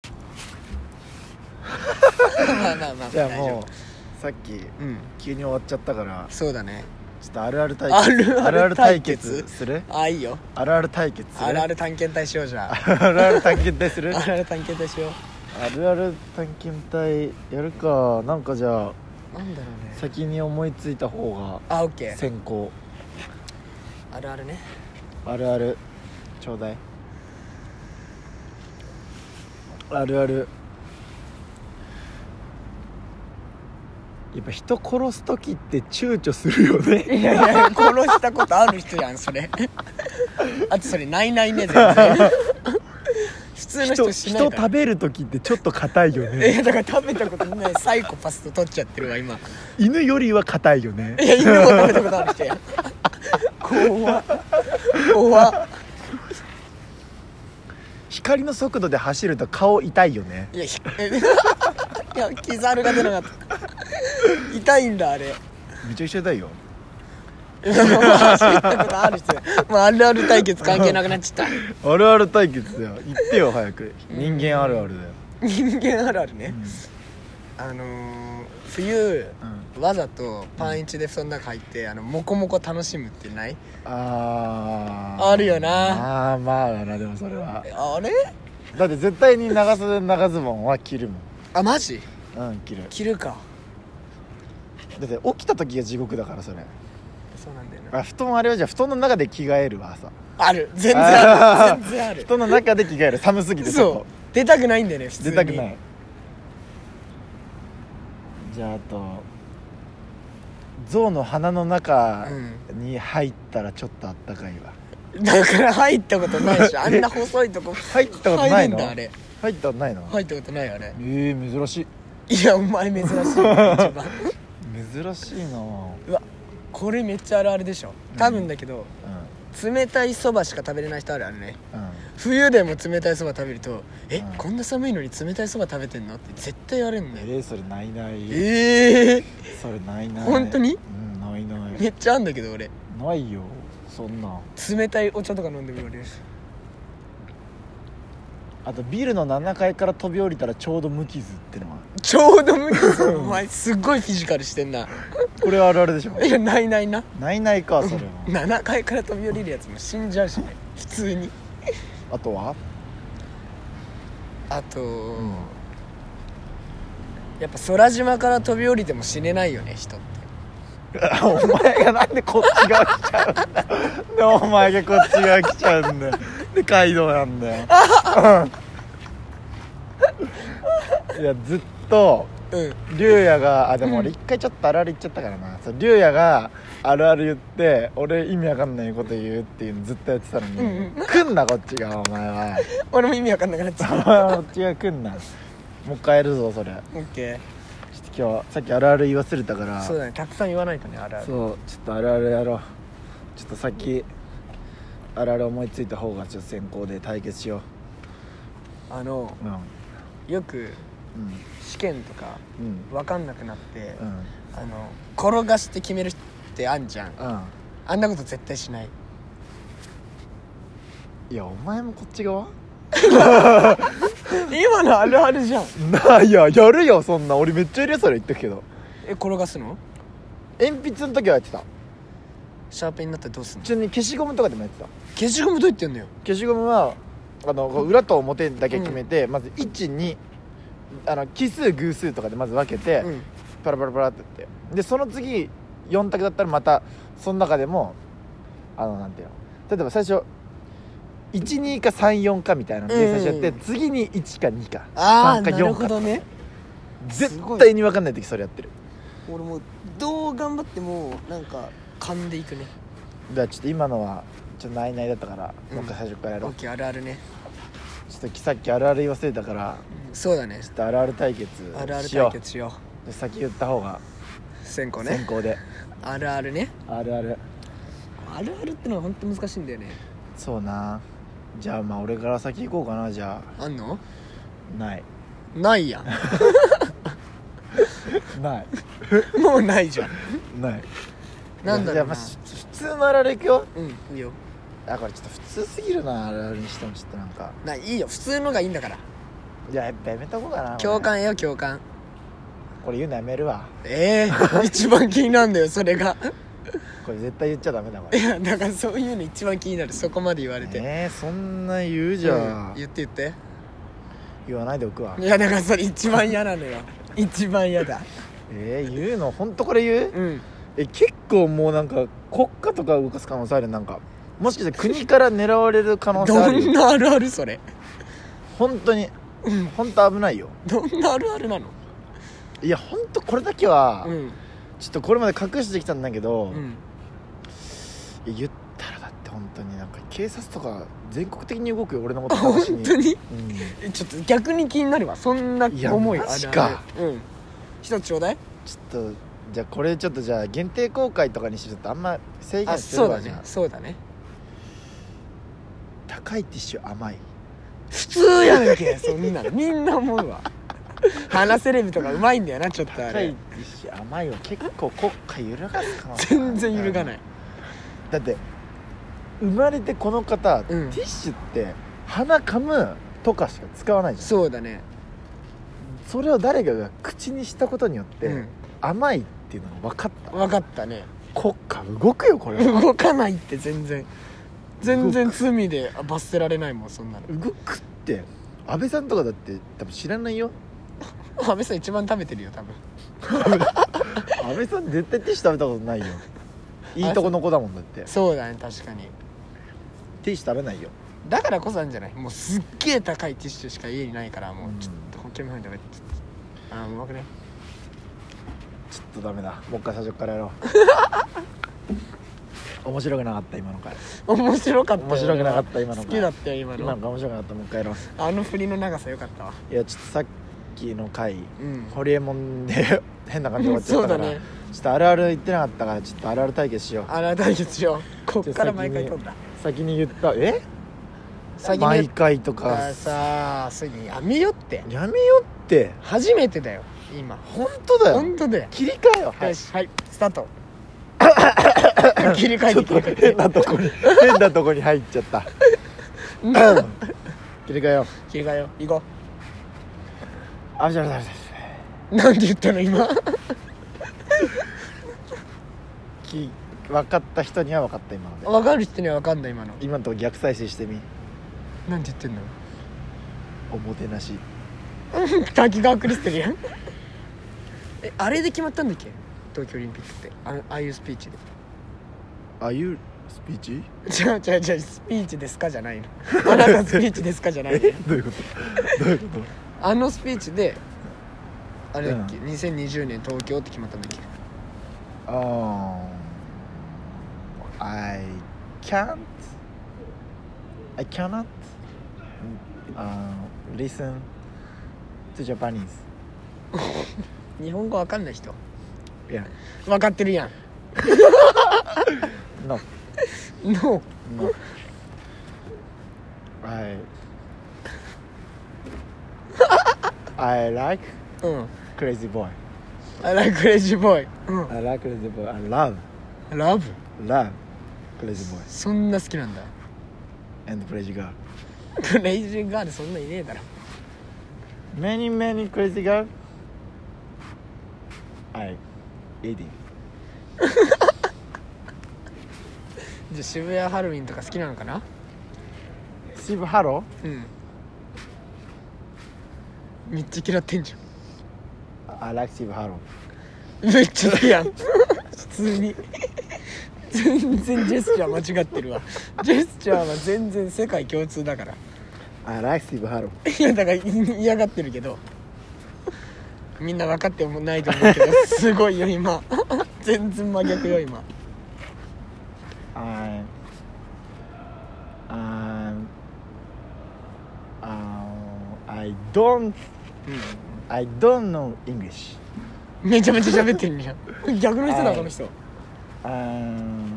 まあまあまあじゃあ大丈もうさっき夫うん急に終わっちゃったからそうだねちょっとあるある対決あるある対決あるある対決するああいいよあるある対決するあるある探検隊しようじゃああるある探検隊するあるある探検隊しようあるある探検隊やるかなんかじゃあなんだろうね先に思いついた方あオッケがー先行あるあるね あるあるちょうだいあるあるやっぱ人殺す時って躊躇するよいねやいや殺したことある人やんそ れあとそれないないね全然普通の人人しない人から食べる時ってちょっと硬いよねいやだから食べたことないサイコパスと取っちゃってるわ今犬よりは硬いよねいや犬も食べたことある人やん怖っ怖っ光の速度で走ると顔痛いよねいやひ いやキザルが出なかった痛いんだあれ めちゃくちゃ痛いよ走ったことある人やまああるある対決関係なくなっちゃっ あるある対決だよ言ってよ早く人間あるあるだよ、た人間あるあるねあのー冬うわざとパンイチで布団の中入ってあのモコモコ楽しむってないああるよなあーまあだなでもそれはあれだって絶対に長袖長ズボンは着るもあマジんうん着る着るかだって起きた時が地獄だからそれそうなんだよなあ布団あれはじゃあ布団の中で着替えるわ朝ある全然ある全然ある布団の中で着替える寒すぎてそう出たくないんだよね普う通に出たくないじゃああと象の鼻の中に入ったらちょっとあったかいわ、だから入ったことない でしょあんな細いとこ入ったことないの入れんだあれ入ったことないの、入ったことないあれええー、珍しいいやお前珍しいね一番 珍しいなぁうわこれめっちゃあるあるでしょ多分だけど冷たいそばしか食べれない人あるあるねうんうん冬でも冷たいそば食べると「え、うんこんな寒いのに冷たいそば食べてんの?」って絶対言われんえねー、それないないええそれないない本当にうんないなめいっちゃあんだけど俺ないよそんなん冷たいお茶とか飲んでも言われるしあとビルの7階から飛び降りたらちょうど無傷ってのはちょうど無理です よお前すっごいフィジカルしてんなこれはあるあるでしょいやないないなないないかそれは7階から飛び降りるやつも死んじゃうしね普通にあとはあと、うんやっぱ空島から飛び降りても死ねないよね人ってお前がなんでこっち側来ちゃうんだよでお前がこっち側来ちゃうんだよでカイドウなんだようんいやずっとうん竜也があでも俺一回ちょっとあるある言っちゃったからなそう竜也があるある言って俺意味わかんないこと言うっていうのずっとやってたのに、うん来んなこっちがお前は俺も意味わかんなくなっちゃお前はこっちが来んなもう一回やるぞそれちうょオッケっと今日さっきあるある言い忘れたかーらそうだねたくさん言わないとねあれあるそうちょっとあるあるやろうちょっとさっきあるある思いついた方がちょっと先行で対決しよあのううんうんよく試験とかうんわかんなくなって、うんあの転がして決めるってあんじゃんうんあんなこと絶対しないいやお前もこっち側今のあるあるじゃんないややるよそんな俺めっちゃいるよそれ言ってくけどえ転がすの鉛筆の時はやってたシャーペンになったらどうすんのちなみに消しゴムとかでもやってた消しゴムどうやってんのよ消しゴムはあのこう裏と表だけ決めて、まず12あの奇数偶数とかでまず分けて、うんパラパラパラってやってでその次4択だったらまたその中でもあのなんていうの例えば最初12か34かみたいなのでうん最初やって、次に1か2かあ3あかなる4ほかどねすご絶い対に分かんない時それやってる俺もうどう頑張ってもなんか噛んでいくねじゃあちょっと今のはちょっとないないだったから、うんもう一回最初からやオろうッケーあるあるね、ちょっとさっきあるある言わせてたからうんそうだねちょっとあるある対決あるあるしよ対う決しよで先言った方がう先行先ね行であるあるねあるあるあるあるってのは本当難しいんだよねそうなじゃあまあ俺から先行こうかなじゃあんのあないないやないん もうないじゃんないなんだじろゃあうまなあし普通のあるあるいくようんいいよあこれちょっと普通すぎるなあるあるにしてもちょっとなんかないいよ普通のがいいんだからいややっぱやめとこうかなこれ共感よ共感これ言うのやめるわええー、 一番気になるんだよそれがこれ絶対言っちゃダメだこ いれやだからそういうの一番気になるそこまで言われて、えー、そんな言うじゃうんん言って言って言わないでおくわいやだからそれ一番嫌なのよ一番嫌だ えー、言うの本当これ言ううんえ結構もうなんか国家とか動かす可能性あるよなんかもしかして国から狙われる可能性あどるんよなあるあるそれ本当に本当危ないよどんなあるあるなのいや本当これだけは、うんちょっとこれまで隠してきたんだけうど、んいや言ったらだって本当になんか警察とか全国的に動くよ俺のこと本話に当にうんえちょっと逆に気になるわそんないや思いあるあマるジかうん一つちょうだいちょっとじゃあこれちょっとじゃあ限定公開とかにしてちょっとあんま制あ限すそうるだわじねゃあそうだね高いティッシュ甘い普通やんけ そんなのみんな思うわ話セレビとかうまいんだよなちょっとあ高いテれィッシュ甘いは結構国家揺るがす可能性ある全然揺るがないだって生まれてこの方、ティんッシュって鼻噛むとかしか使わないじゃんそうだねそれを誰かが口にしたことによって、うん甘いっていうのが分かった分かったね国家動くよこれは動かないって全然全然罪であ罰せられないもんそんなの動くって安倍さんとかだって多分知らないよ安倍さん一番食べてるよ多分安倍さん絶対ティッシュ食べたことない よいいとこの子だもんだってそうだね確かにティッシュ食べないよだからこそなんじゃないもうすっげえ高いティッシュしか家にないからもううんちょっと保険も入んだめちょっとあーうまくねちょっとダメだもう一回最初からやろ う面白くなかった今の回面白かったよ面白くなかった今の好がきだったよ今の今の回面白くなかったもう一回やろうあの振りの長さよかったわいやちょっとさっきの回うんホリエモンで 変な感じで終わっちゃそうだったから、ねちょっとあるある言ってなかったからちょっとあるある対決しようあら対決しようこっから毎回撮んだ先に言ったえ先にやっ毎回とたからかさあすぐやめよってやめよって初めてだよ今本当だよ本当だよ切り替えよはよいしはいスター ト切り替えちょてっ切り替えてと変なとこに変なとこに入っちゃった切り替えよう切り替えよう行こあぶしゃぶしゃぶしゃうなんて言ったの今き分かった人には分かった今ので分かる人には分かんない今の今のとこ逆再生してみなんて言ってんのおもてなし滝川クリステルやんえあれで決まったんだっけ東京オリンピックってあのああいうスピーチであゆスピーチじゃあじゃあじゃあスピーチですかじゃ ないのあなたスピーチですかじゃないえのどういうことどういうこあのスピーチであれだっけ、2020年東京って決まったんだっけとあー I can't I cannot、uh, listen to Japanese 日本語わかんない人 yeah 分かってるやん no No No. I I like うん crazy boy. I like crazy boy うん I like crazy boy. I love Love love crazy boy そんな好きなんだ and crazy girl. ク レイジーガールそんないねえだろ Many many crazy girl. I eating. じゃあ渋谷ハロウィンとか好きなのかな Steve Harrow. うんめっちゃ嫌ってんじゃ I like Steve Harrow. んめっちゃ好きやん普通に全然ジェスチャー間違ってるわジェスチャーは全然世界共通だから I like Steve Harrow. いやだからい嫌がってるけどみんな分かってもないと思うけどすごいよ今全然真逆よ今 I um um I don't I don't know English. めちゃめちゃ喋ってるじゃん逆の人だはいこの人あー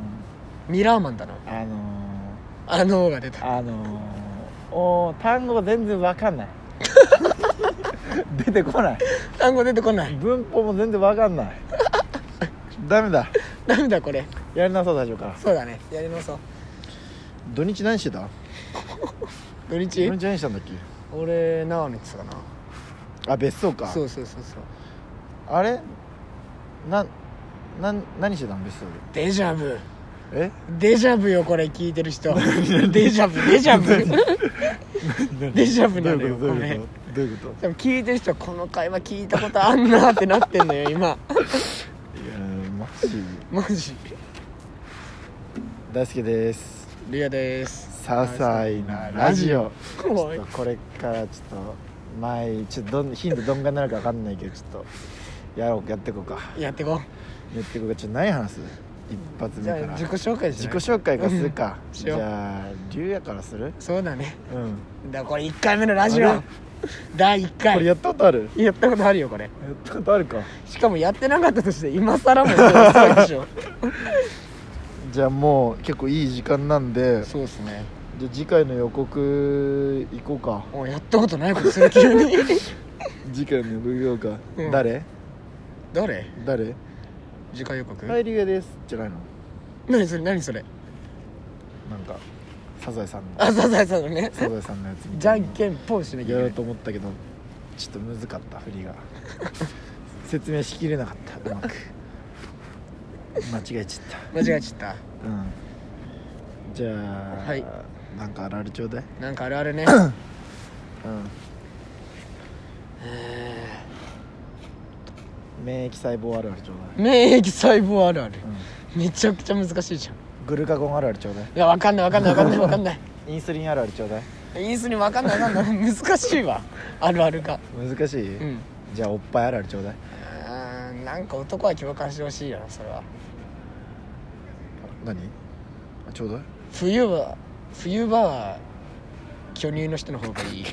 ミラーマンだなあのあのーが出ー、たあのー、おー単語全然わかんない 出てこない単語出てこない文法も全然わかんないダメだダメだこれやりなさい大丈夫からそうだねやり直そう土日何してた土日土日何したんだっけ俺長野行ってたかなあ別荘かそうそうそうそうあれなんなん何してたのベストデジャブ でデジャブよこれ聞いてる 人デジャブデジャ ブえデジャブなのどようこいれうことどういうことどういうこでも聞いてる人はこの会話聞いたことあんなってなってんのよ今といやーマジマジ大輔ですリアです些細なラジオ怖いちょっとこれからちょっと前ちょっとどん頻度どんぐらいになるか分かんないけどちょっとやろうやってこうかやってこやってこうかちょっと何話す一発う目じかゃあら自己紹介し自己ない紹介からする か、うんしじようゃあ龍也からするそうだねうんだからこれ1回目のラジあオれ第1これ回やったことあるやったことあるよこれやったことあるかしかもやってなかったとして今更もそうでしょじゃあもう結構いい時間なんで そうですねじゃあ次回の予告行こうかもうやったことないことする急に次回の予告行こうか、うん誰 誰誰次回予告、はい龍也ですじゃないの何それ何それなんかサザエさんのあそうそうそうねサザエさんのやつみじたゃいんなけんぽんしなきゃやいけなろういと思ったけどちょっと難かった振りが説明しきれなかった うまく間違えちゃっ間違えちゃったたうんじゃあ、はいなんかあるあるちょうだいなんかあるあるねうえん免疫細胞あるあるちょうー免疫細胞あるあるだい、うんめちゃくちゃ難しいじゃんグルカゴンあるあるちょうだいいやわかんないわかんないわかんないわかんないインスリンあるあるちょうだいインスリンわかんないわかんない難しいわあるあるが難しい、うんじゃあおっぱいあるあるちょうだいあーなんか男は共感してほしいよなそれは何あちょうだい冬は冬場は巨乳の人の方がいい